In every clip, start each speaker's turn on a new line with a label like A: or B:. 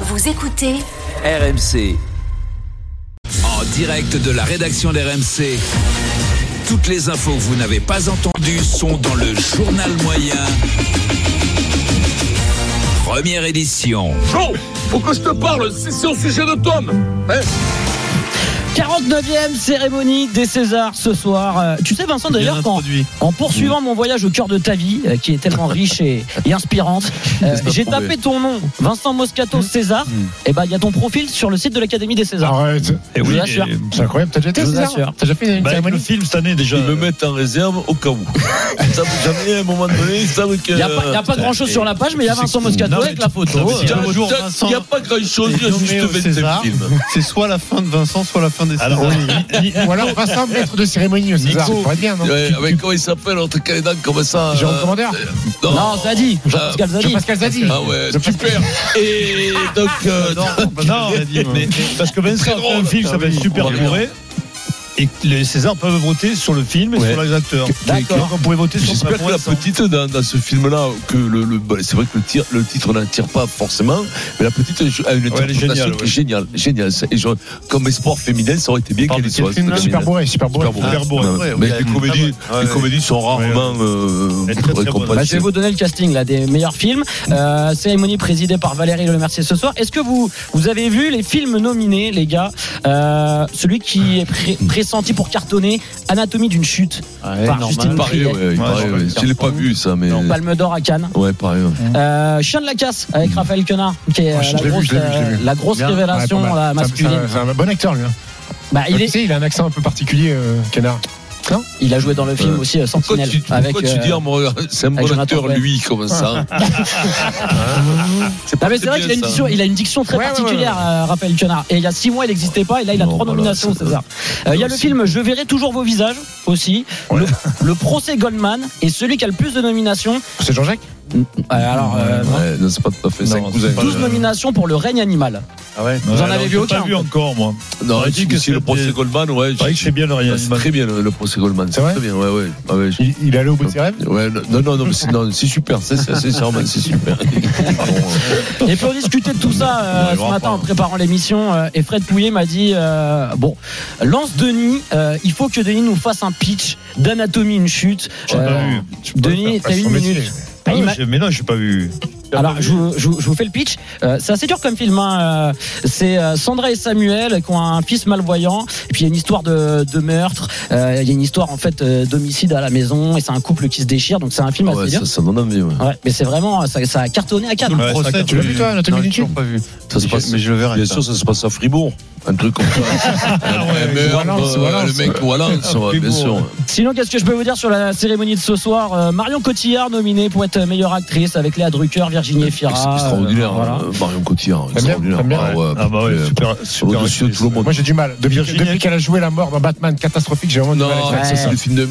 A: Vous écoutez
B: RMC. En direct de la rédaction d'RMC. Toutes les infos que vous n'avez pas entendues sont dans le journal moyen. Première édition.
C: Bon, faut que je te parle, c'est c'est au sujet de Tom. Hein
D: 49e cérémonie des Césars ce soir. Euh, Tu sais Vincent d'ailleurs qu'en en
E: Mm.
D: poursuivant mon voyage au cœur de ta vie, euh, qui est tellement riche et, et inspirante, euh, j'ai tapé ton nom, Vincent
E: Mm.
D: Moscato César, et bah il y a ton profil sur le site de l'Académie des Césars.
F: Arrête.
G: Et
D: Je vous
G: Eh oui,
D: assure.
G: et-
F: euh, C'est incroyable, t'as déjà été
D: Je vous
F: César
D: assure.
F: T'as déjà fait une
G: bah, avec le
F: cérémonie
G: film cette année déjà.
E: Ils me mettent en réserve au cas où. Ils savent jamais, à un moment donné, ils savent que.
D: Il n'y a, pas- il y a pas grand chose sur la page, mais il y a Vincent Moscato
E: euh, Non, mais
D: avec la photo.
E: Il y a-
D: Euh,
E: il y a- il y a pas grand chose, il y a juste 25 films.
H: C'est soit la fin de Vincent, soit la fin des
G: Alors,
H: Césars.
F: Ou alors Vincent, maître de cérémonie au César, ça
E: Nico.
F: pourrait être bien, non
E: Ouais, avec comment il s'appelle, l'autre Calédan, comme ça.
F: Jérôme
E: euh,
F: Commandeur
E: Non,
D: Non, ça dit, Jean-Pascal Zadi.
F: Jean-Pascal Zadi
E: Ah ouais,
F: Je-
E: super. Et donc, euh,
H: Non, bah,
G: non,
H: je l'ai dit, moi.
G: mais- parce que Vincent
E: Très
G: a fait un
E: drôle.
G: film, ça va être super
E: On va
G: bourré. Et les Césars peuvent voter sur le film et
E: Ouais.
G: sur les acteurs.
D: D'accord.
G: Donc, On pouvait voter sur
E: J'espère que la
G: performance.
E: petite dans, dans ce film-là, que le, le- bah, c'est vrai que le, tir- le titre n'attire pas forcément, mais la petite a une
G: elle est
E: interprétation
G: géniale,
E: qui est géniale, géniale. C'est- et je- comme espoir féminin, ça aurait été bien
G: Parle
E: qu'elle
G: de
E: soit.
G: quel film,
E: cette
G: là
E: gamine.
F: Super bourré, super bourré.
E: Super bourré.
H: Super
G: Ah,
H: bourré, ouais,
E: mais
H: ouais,
E: les
H: ouais.
E: comédies,
H: Ouais,
E: les
H: ouais.
E: comédies sont rarement euh,
G: Elle est très, très bonne.
D: Bah, je vais
E: récompensées.
D: vous donner le casting là, des meilleurs films. Euh, cérémonie présidée par Valérie Le Mercier ce soir. Est-ce que vous, vous avez vu les films nominés, les gars Euh, Celui qui est pré- pressenti pour cartonner Anatomie d'une chute, par Justine
E: Il paraît,
D: Triet.
E: ouais, il paraît,
G: je
E: ouais.
G: regarde
E: Je l'ai pas vu ça, mais
D: Palme d'Or à Cannes.
E: ouais, pareil. ouais.
D: Euh, Chien de la casse avec Raphaël Quenard, qui est euh,
F: Mm. Ouais, je
D: la,
F: l'ai vu,
D: grosse,
F: je l'ai vu, je l'ai
D: euh,
F: vu.
D: la grosse
F: Bien.
D: révélation
F: Ouais, pas mal.
D: là,
F: C'est un-
D: masculine.
F: C'est un, c'est un bon acteur, lui. hein.
D: Bah, il,
F: Tu
D: est,
F: sais, il a un accent un peu particulier, euh, Canard.
D: il a joué dans le film
E: Euh,
D: aussi euh,
E: Pourquoi
D: Sentinelle.
E: tu, pourquoi
D: avec,
E: tu
D: euh,
E: dis, ah, mon- c'est un
D: avec
E: bon
D: Jonathan
E: acteur,
D: Cohen.
E: lui, comme ça
D: Ah, mais c'est vrai
E: bien,
D: qu'il a, une
E: ça.
D: diction- il a une diction très
F: Ouais, ouais, ouais,
D: particulière, euh, Raphaël Quenard. Et il y a six mois, il n'existait pas, et là, il a
E: Non,
D: trois
E: voilà,
D: nominations au
E: c'est-
D: César. Euh, il y a le
E: c'est-
D: film Je verrai toujours vos visages aussi. Le, le procès Goldman est celui qui a le plus de nominations.
F: C'est Jean-Jacques
D: Euh, alors, euh,
E: Ouais, Euh. non, c'est pas tout à fait
G: Non,
E: cinq
G: c'est
E: cousins.
G: pas-
D: 12 nominations pour Le règne animal.
G: Ouais,
D: en
G: alors,
D: avez vu
G: j'ai
D: aucun,
G: pas vu
D: en fait.
G: encore, moi.
E: Non,
G: J'aurais dit
E: si-
G: que
E: si le
G: c'était-
E: procès Goldman, ouais,
G: C'est vrai que
E: j'ai-
G: c'est bien le rien.
E: c'est très bien le, le procès Goldman.
F: C'est vrai
E: très bien, ouais, ouais. Ah ouais, je-
F: il, il est allé au bout de ses rêves
E: Ouais, non, non, non, mais c'est, non, c'est super, c'est, c'est, c'est, vraiment- c'est super.
D: Et puis on discutait de tout ça euh,
G: Ouais,
D: ce
G: vraiment
D: matin
G: pas.
D: en préparant l'émission. euh, et Fred Pouillet m'a dit euh, Bon, lance Denis, euh, il faut que Denis nous fasse un pitch d'anatomie, une chute.
G: J'ai pas
D: Euh,
G: vu.
D: Denis, t'as une
F: Son métier.
D: minute. Bah,
G: Ah
D: Il
G: ouais,
D: m'a-
G: j'ai- Mais non, j'ai pas vu.
D: Alors, je vous, je vous- je vous fais le pitch. Euh, c'est assez dur comme film. hein. Euh, C'est euh, Sandra et Samuel qui ont un fils malvoyant. Et puis, il y a une histoire de, de meurtre. Euh, Il y a une histoire, en fait, euh, d'homicide à la maison. Et c'est un couple qui se déchire. Donc, c'est un film
E: Ah ouais,
D: assez dur.
E: ça, ça donne envie, ouais.
D: Ouais, mais c'est vraiment, euh, ça, ça a cartonné à Cannes.
G: Ouais, ça,
F: tu l'as vu, toi, Anatomie
H: Non,
F: d'une
H: j'ai toujours
F: chute
H: pas vu.
E: Ça se
H: Mais
E: passe-
H: je- mais je le verrai.
E: Bien
H: ça.
E: sûr, ça se passe à Fribourg, un truc comme ça. Ah
F: ouais, Valence,
E: le
F: Valence.
E: mec Valence,
G: À
E: ouais, bien
G: Fribourg.
E: sûr.
D: Sinon, qu'est-ce que je peux vous dire sur la cérémonie de ce soir Euh, Marion Cotillard nominée pour être meilleure actrice avec Léa Drucker, Virginie
E: C'est
D: Efira.
E: extraordinaire,
D: euh, voilà.
E: euh, Marion Cotillard,
F: bien,
E: extraordinaire.
F: t'aimes bien,
E: Ah ouais,
G: Ah bah ouais,
E: puis, euh,
G: super. super
E: au-dessus de
G: actrice.
E: tout le monde.
F: Moi, j'ai du mal. Depuis,
G: Virginie-
F: depuis qu'elle a joué la mort dans Batman catastrophique, j'ai vraiment du mal
E: Non,
F: avec
E: ça,
F: ça.
E: c'est le film de.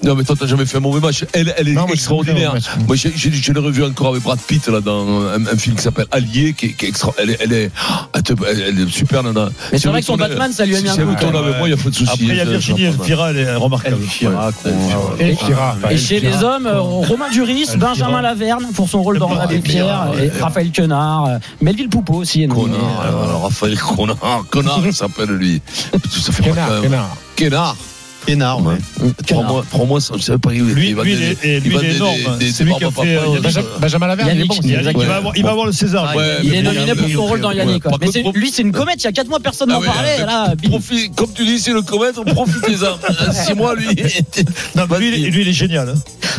E: Non, mais toi, t'as jamais fait un mauvais match. Elle, elle est
F: Non, moi, j'ai trouvé un
E: extraordinaire.
F: mauvais match.
E: Moi, j'ai- j'ai- je l'ai revu encore avec Brad Pitt là, dans un, un film qui s'appelle Allié, qui, est- qui est extra. Elle, est- elle est, ah, elle est, elle est super, nana.
D: Mais
E: Si
D: c'est
E: elle
D: vrai que son
E: tourne-
D: Batman, ça lui a mis
E: si
D: un
E: elle
D: coup. hein.
E: tourne avec moi, il n'y a pas de souci.
G: Après, il y a
E: Ça,
G: Virginie
E: ça va pas.
G: Elfira, elle est remarquable.
H: Elvira, qu'on-
E: euh,
F: Et Kira.
D: Et chez les hommes, euh, Romain Duris,
G: Elvira.
D: Benjamin Laverne pour son rôle dans
G: Elvira,
D: Abbé Pierre,
E: Elvira,
D: et
E: Elvira.
D: Raphaël Quenard, euh, Melville Poupeau aussi. est nominé.
E: Connard,
D: Euh,
E: alors, Raphaël Connard, Connard, il s'appelle lui. Ça fait pas
F: Kenard,
E: quand même.
F: Kenard.
E: Kenard.
H: Énorme.
E: Ouais.
D: Kenard.
E: Prends-moi, prends-moi, ça, je savais pas. il-
G: Lui-
E: il va
G: lui,
E: des-
G: il est- et lui,
E: va
G: il est
E: des-
G: énorme. hein.
E: des- des
G: C'est lui qui a
E: papas,
G: fait,
E: papas,
G: euh,
E: il y a des-
F: Benja- Benjamin Laverne, il est
D: Yannick,
F: bon.
D: il
G: Il,
D: y
F: aussi.
D: a-
G: va avoir, il va avoir le César.
E: Ouais,
D: Il est
E: Ah, mais-
D: nominé pour son rôle dans Yannick.
E: Ouais,
D: ouais.
E: par
D: Mais
E: contre,
D: c'est-
E: pro-
D: lui, c'est une comète. Il y a 4 mois, personne n'en
E: Ah oui,
D: parlait.
E: euh,
D: Là, bim.
E: Profi- comme tu dis, c'est le comètre, profitez-en. Euh, Six mois, lui.
G: Non, mais lui, il est- lui, il est génial. hein.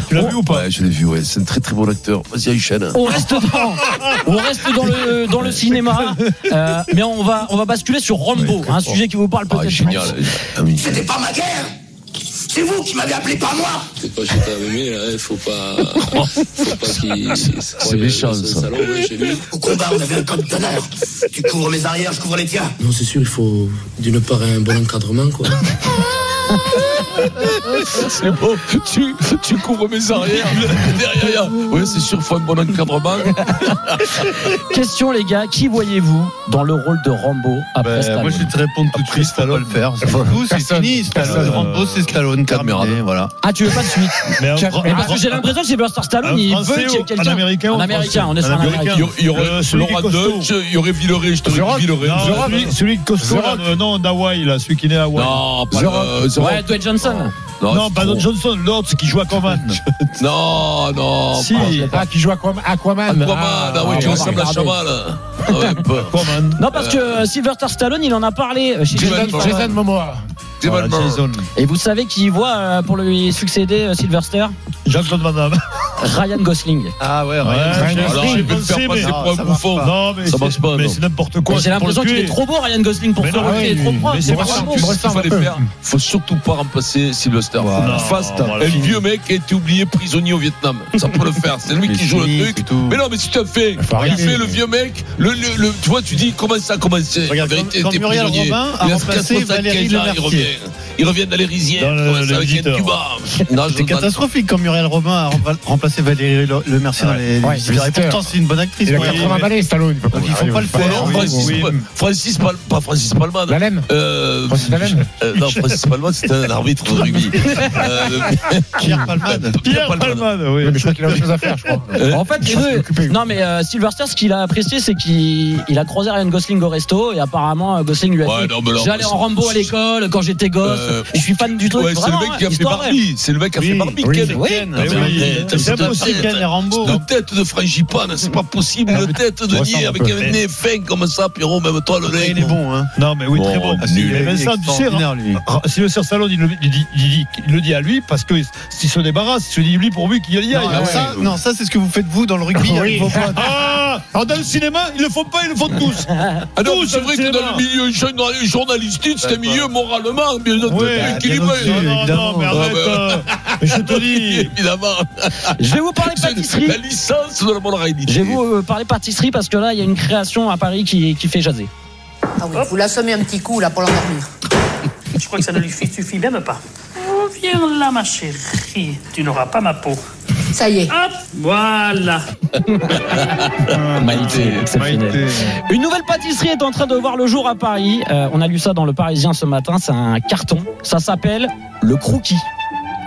G: Tu
F: Oh,
G: l'as vu ou pas
E: Ouais, je l'ai vu, ouais. C'est un très très bon acteur. Vas-y, Aïchen.
D: on reste dans, on reste dans le dans le cinéma, euh, mais on va on va basculer sur Rambo, un sujet qui vous parle
E: Ah,
D: peut-être.
E: génial.
D: plus.
E: Ah oui.
I: C'était pas ma guerre C'est vous qui m'avez appelé, pas moi
J: Quand j'étais allumé, là, il faut pas, faut pas qu'il se croie
E: méchant,
J: dans ce
E: ça.
J: salon, ouais, chez lui.
I: Au combat, on avait un code d'honneur. Tu couvres mes arrières, je couvre les tiens.
J: Non, c'est sûr, il faut d'une part un bon encadrement, quoi.
E: C'est bon. Tu, tu couvres mes arrières. Derrière, il y a- ouais, c'est sûr, faut un bon encadrement.
D: Question les gars, qui voyez-vous dans le rôle de Rambo après
H: Ben,
D: Stallone
H: moi, je vais te répondre tout de
G: Après
H: suite, faut pas
G: Stallone.
H: le faire. C'est
F: Faut-
H: tout, c'est
F: personne.
H: fini. Stallone,
E: Euh,
F: Personne.
H: Rambo, c'est Stallone, terminé.
E: Caméra.
H: Voilà.
D: Ah, tu veux pas de suite
G: Mais un
F: Quatre-
G: Fran-
D: Mais
G: un
D: parce que j'ai
G: Fran-
D: l'impression que Sylvester
G: un
D: Stallone, il veut
G: Français
D: qu'il y ait
G: ou-
D: quelqu'un.
G: Un Américain ou
D: Un
G: un
D: Américain, on est sur un
G: Américain.
D: Américain.
E: Il y aura- il y
G: Euh,
E: aurait
G: celui qui est
E: Laura
G: costaud.
E: Deutsch, il y aurait Villeray, je te
F: The
E: dis
F: Rock.
E: Villeray.
F: The Rock.
G: Non, celui- celui de costaud,
F: The
G: là,
F: Rock.
G: euh, non, d'Hawaï, là, celui qui est né à Hawaï.
E: Non, pas le- The Rock.
D: Ouais, Dwayne Johnson.
E: Non,
G: Non,
E: Oh, c'est
G: pas
E: trop.
G: Don Johnson, l'autre qui joue à Corman.
E: Non, non.
G: Si.
F: Ah, qui joue Aquam-
G: bah
F: Aquaman.
E: Aquaman, ah oui,
D: ouais,
E: tu
D: on va
E: ressembles à
D: regarder.
E: Chaval. Ah ouais, pas-
G: Aquaman.
D: Non, parce que euh, Sylvester Stallone, il en a parlé euh, chez
E: Jason-
D: Jimmy
F: Jason,
D: Fallon.
F: Jason Momoa.
E: Tim
G: Ah,
H: Voilà,
E: Elmer.
H: Jason.
D: Et vous savez qui voit euh, pour lui succéder euh, Sylvester
G: Jean-Claude Van Damme.
D: Ryan Gosling.
H: Ah ouais,
G: Ouais,
H: Ryan
G: j'ai-
E: Alors,
G: j'ai
E: il veut le
G: pensé,
E: faire
G: mais-
E: passer
H: non,
E: pour
H: ça
E: un
H: marche
E: bouffon.
H: pas.
G: Non, mais
E: Ça
G: c'est-
E: marche pas,
G: Mais
E: non.
G: c'est n'importe quoi.
D: Et J'ai
G: c'est pour le
D: l'impression qu'il
G: tuer.
D: est trop beau, Ryan Gosling, pour
G: Mais
D: se
G: non,
D: relever.
F: ouais,
D: Il est trop
F: il-
D: propre.
G: mais
E: Tu
G: Ah, c'est
E: vois,
G: pas ça.
E: tu sais ce qu'il fallait faire. Faut surtout pas remplacer Sylvester.
H: Voilà.
E: Faut le fasse.
G: Non, voilà.
E: Et le vieux mec a été oublié prisonnier au Vietnam. Ça peut le faire. C'est lui
H: Mais
E: qui joue
H: si,
E: le truc.
H: c'est tout.
E: Mais non, mais si tu as fait, il
F: Faut arrêter.
E: fait le vieux mec. Le, le- le- tu vois, tu dis comment ça a commencé.
H: Regarde,
E: En vérité,
H: quand-
E: t'es
H: quand Muriel
E: prisonnier.
H: Robin a
E: Il
H: remplacé
E: 75 ans,
H: Valérie
E: il
H: Lemercier.
E: revient. Il revient dans les rizières.
G: Dans le-
E: comment ça,
G: le
E: avec un
G: visiteur.
E: tuba. Non, je
H: C'était
E: demande-
H: catastrophique quand Muriel Robin a rem- remplacé Valérie Le, Le Mercier dans les
F: Ouais,
H: visiteurs. Et
F: visiteurs.
H: pourtant, c'est une bonne actrice.
F: Il a
H: Muriel
F: 80
H: Robin.
F: balais, Stallone. peut
H: Donc, il faut
F: arriver
H: pas le
F: au-
H: faire.
E: Non,
H: Oui,
E: Francis,
G: oui.
E: Francis Pal- pas Francis Palman.
F: La laine
E: Euh,
F: Francis Lalanne
E: euh, non, Francis Palman, c'est un arbitre de rugby. Euh,
H: Pierre Palmade.
G: Pierre Palman, oui.
F: Mais je crois qu'il a autre chose à faire, je crois.
E: Euh,
D: En fait, les
F: Je suis
D: deux-
F: occupé.
D: Non, mais euh, Sylvester, ce qu'il a apprécié, c'est qu'il il a croisé Ryan Gosling au resto et apparemment euh, Gosling lui a
E: Ouais,
D: dit
E: non, mais alors,
D: J'allais en Rambo à l'école quand j'étais gosse.
E: Euh,
D: je suis fan du truc.
E: Ouais, c'est le
D: Vraiment,
E: mec qui a
D: hein,
E: fait
D: histoire vraie.
E: Barbie. C'est le mec qui a fait
G: Oui,
E: Barbie.
F: oui,
E: Ken.
D: oui.
E: Ken.
G: Mais
E: Mais
G: oui,
E: arrête,
G: c'est
E: cette
G: impossible,
E: tête.
H: Ken et Rambo.
E: Cette tête de frangipane, c'est pas possible. Une tête de
F: ressemble
E: nez
F: un
E: avec
F: peu.
E: un nez fin comme ça, Pierrot, même toi, le
H: Il
E: nez.
H: est bon, hein.
G: Non, mais oui,
E: Bon,
G: très bon. Ah,
E: nul.
G: Mais Vincent, tu sais,
H: Extraordinaire, lui.
G: Ra- Si le Sir Stallone, il le, il dit- il dit- il le dit à lui parce que s'il se débarrasse, il se dit lui pourvu qu'il y aille.
A: Ah
H: Non, ça, non, ça, c'est ce que vous faites vous dans le rugby. avec vos potes.
G: Ah Alors dans le cinéma, ils le font pas, ils le font tous.
E: Ah non,
G: Tous,
E: c'est vrai que dans le
G: cinéma.
E: milieu jeune- dans les journalistique, c'est un milieu moralement bien
G: Ouais, bah,
E: équilibré.
H: bien
G: Non, non,
H: bah, évidemment. Ah, bah,
G: non, mais arrête.
E: Ouais,
G: euh, mais je te dis.
E: Évidemment.
D: Je vais vous parler
E: C'est
D: pâtisserie.
E: La licence de la moralité.
D: Je vais vous euh, parler pâtisserie parce que là, il y a une création à Paris qui, qui fait jaser.
A: Ah oui, vous l'assommez un petit coup là pour l'endormir. Je crois que ça ne lui suffit même pas. Oh, viens là, ma chérie. Tu n'auras pas ma peau. Ça y est. Hop, voilà.
E: Ah,
D: Maïté, exceptionnel. Une nouvelle pâtisserie est en train de voir le jour à Paris. Euh, on a lu ça dans le Parisien ce matin. C'est un carton. Ça s'appelle le croquis.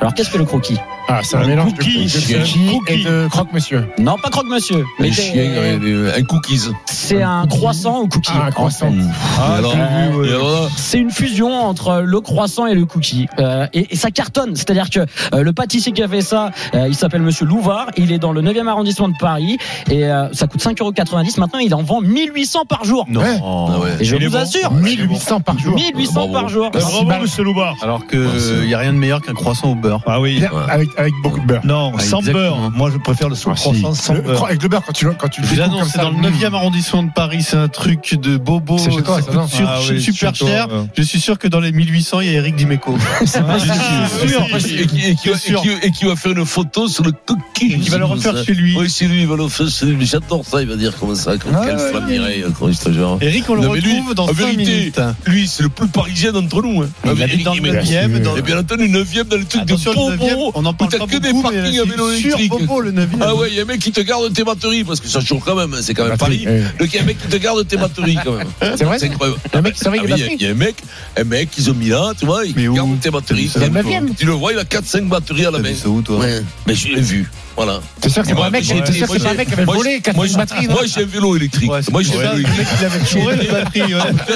D: Alors qu'est-ce que le croquis
F: Ah, c'est un mélange de
G: cookie,
F: de
G: c'est un
F: cookie et
G: cookie.
F: de croque-monsieur.
D: Non, pas croque monsieur.
E: Les
D: des-
E: chiens, euh, les- un cookies.
D: C'est un croissant au cookie.
G: Oh,
F: Ah, un croissant.
E: Et alors-
D: j'ai vu,
E: et alors là,
D: C'est une fusion entre le croissant et le cookie. Euh, et, et ça cartonne. C'est-à-dire que euh, le pâtissier qui a fait ça, euh, il s'appelle Monsieur Louvard. Il est dans le 9e arrondissement de Paris. Et euh, ça coûte 5,90€. Maintenant, il en vend 1800 par jour.
G: Hein
F: Ouais.
G: Oh.
E: Ah ouais.
D: Et je
G: Il est
D: vous
G: bon.
D: assure,
F: 1800 par jour.
D: 1800
E: Bravo.
D: par jour.
G: Ah, Bravo,
F: balles.
G: monsieur Loubar.
H: Alors que il y a rien de meilleur qu'un croissant au beurre.
G: Ah oui.
F: Bien, Avec, avec beaucoup de beurre.
G: Non,
H: Ah,
G: sans
H: exactement.
G: beurre. Moi, je préfère le sous
F: Ah, si.
G: croissant sans
F: Le-
G: beurre.
F: avec le beurre, quand tu le- quand tu le découpes
H: J'annonce,
F: comme
H: c'est
F: ça,
H: dans le
F: mm.
H: 9e arrondissement de Paris, c'est un truc de
E: Oh,
H: bobo,
F: C'est chez toi, ça,
H: coûte
F: non
H: sur-
G: Ah oui,
H: super
G: c'est chez toi,
H: cher.
G: ouais.
H: Je suis sûr que dans les 1800, il y a Eric Dimeco.
G: Ah,
H: c'est
G: sûr.
E: Et qui- et qui- et qui va- et qui- et qui va faire une photo sur le cookie.
H: Il va le refaire chez lui. Ah
E: Oui, c'est lui, il va le faire chez lui. J'adore ça, il va dire comment ça, comme quelle flamme Mireille, quand il se genre.
H: Eric, on le
E: Non, mais lui,
H: retrouve dans
E: en
H: 5
E: vérité,
H: minutes.
E: Lui, c'est le plus parisien d'entre nous. Hein.
H: Il habite dans le 9e. dans-
E: Et Eh bien entendu, 9ème dans le truc de
H: Attention, le 9e,
E: Bobo.
H: on en parle
E: où t'as
H: pas
E: que des
H: beaucoup, mais
E: parkings à vélo
H: c'est sûr,
E: électrique.
H: bobo, le 9e.
E: Ah ouais, il y a un mec qui te garde tes batteries, parce que ça chauffe quand même, hein, c'est quand même Paris.
F: Batterie, oui.
E: Donc il y a un mec qui te garde tes batteries quand même.
F: C'est vrai
E: C'est incroyable.
F: Le mec qui surveille
E: Ah
F: les
E: oui, Il y a-
F: batteries.
E: il y a un mec, un mec, ils ont mis là, tu vois, il
H: Mais où
E: garde tes batteries.
H: C'est le
E: Calme-toi.
F: 9e.
E: Tu le vois, il a 4-5 batteries à la
H: T'as
E: main.
H: vu ça Ah, où, toi
E: Ouais, mais je l'ai vu. Voilà.
F: T'es sûr que c'est
E: Moi,
F: pas un mec
E: j'ai
F: t'es
E: été-
F: sûr que
E: moi,
F: c'est pas un
E: j'ai-
F: mec qui avait
E: moi,
F: volé, qui a
E: Moi,
F: fait une batterie non
E: moi, j'ai un vélo électrique.
H: Ouais, c'est
E: moi, j'ai
H: ça,
E: un vélo
H: le
E: électrique.
H: mec, il avait chouré les batteries. ouais.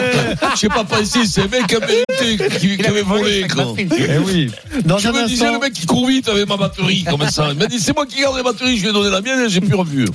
E: Je sais pas pensé, c'est un mec qui avait été, qui, qui avait volé, quoi.
G: Eh oui.
H: Dans
E: Je
H: un
E: me disais,
H: instant-
E: le mec qui court vite avait ma batterie, comme ça. Il m'a dit, c'est moi qui garde les batteries, je lui ai donné la mienne et j'ai plus revu.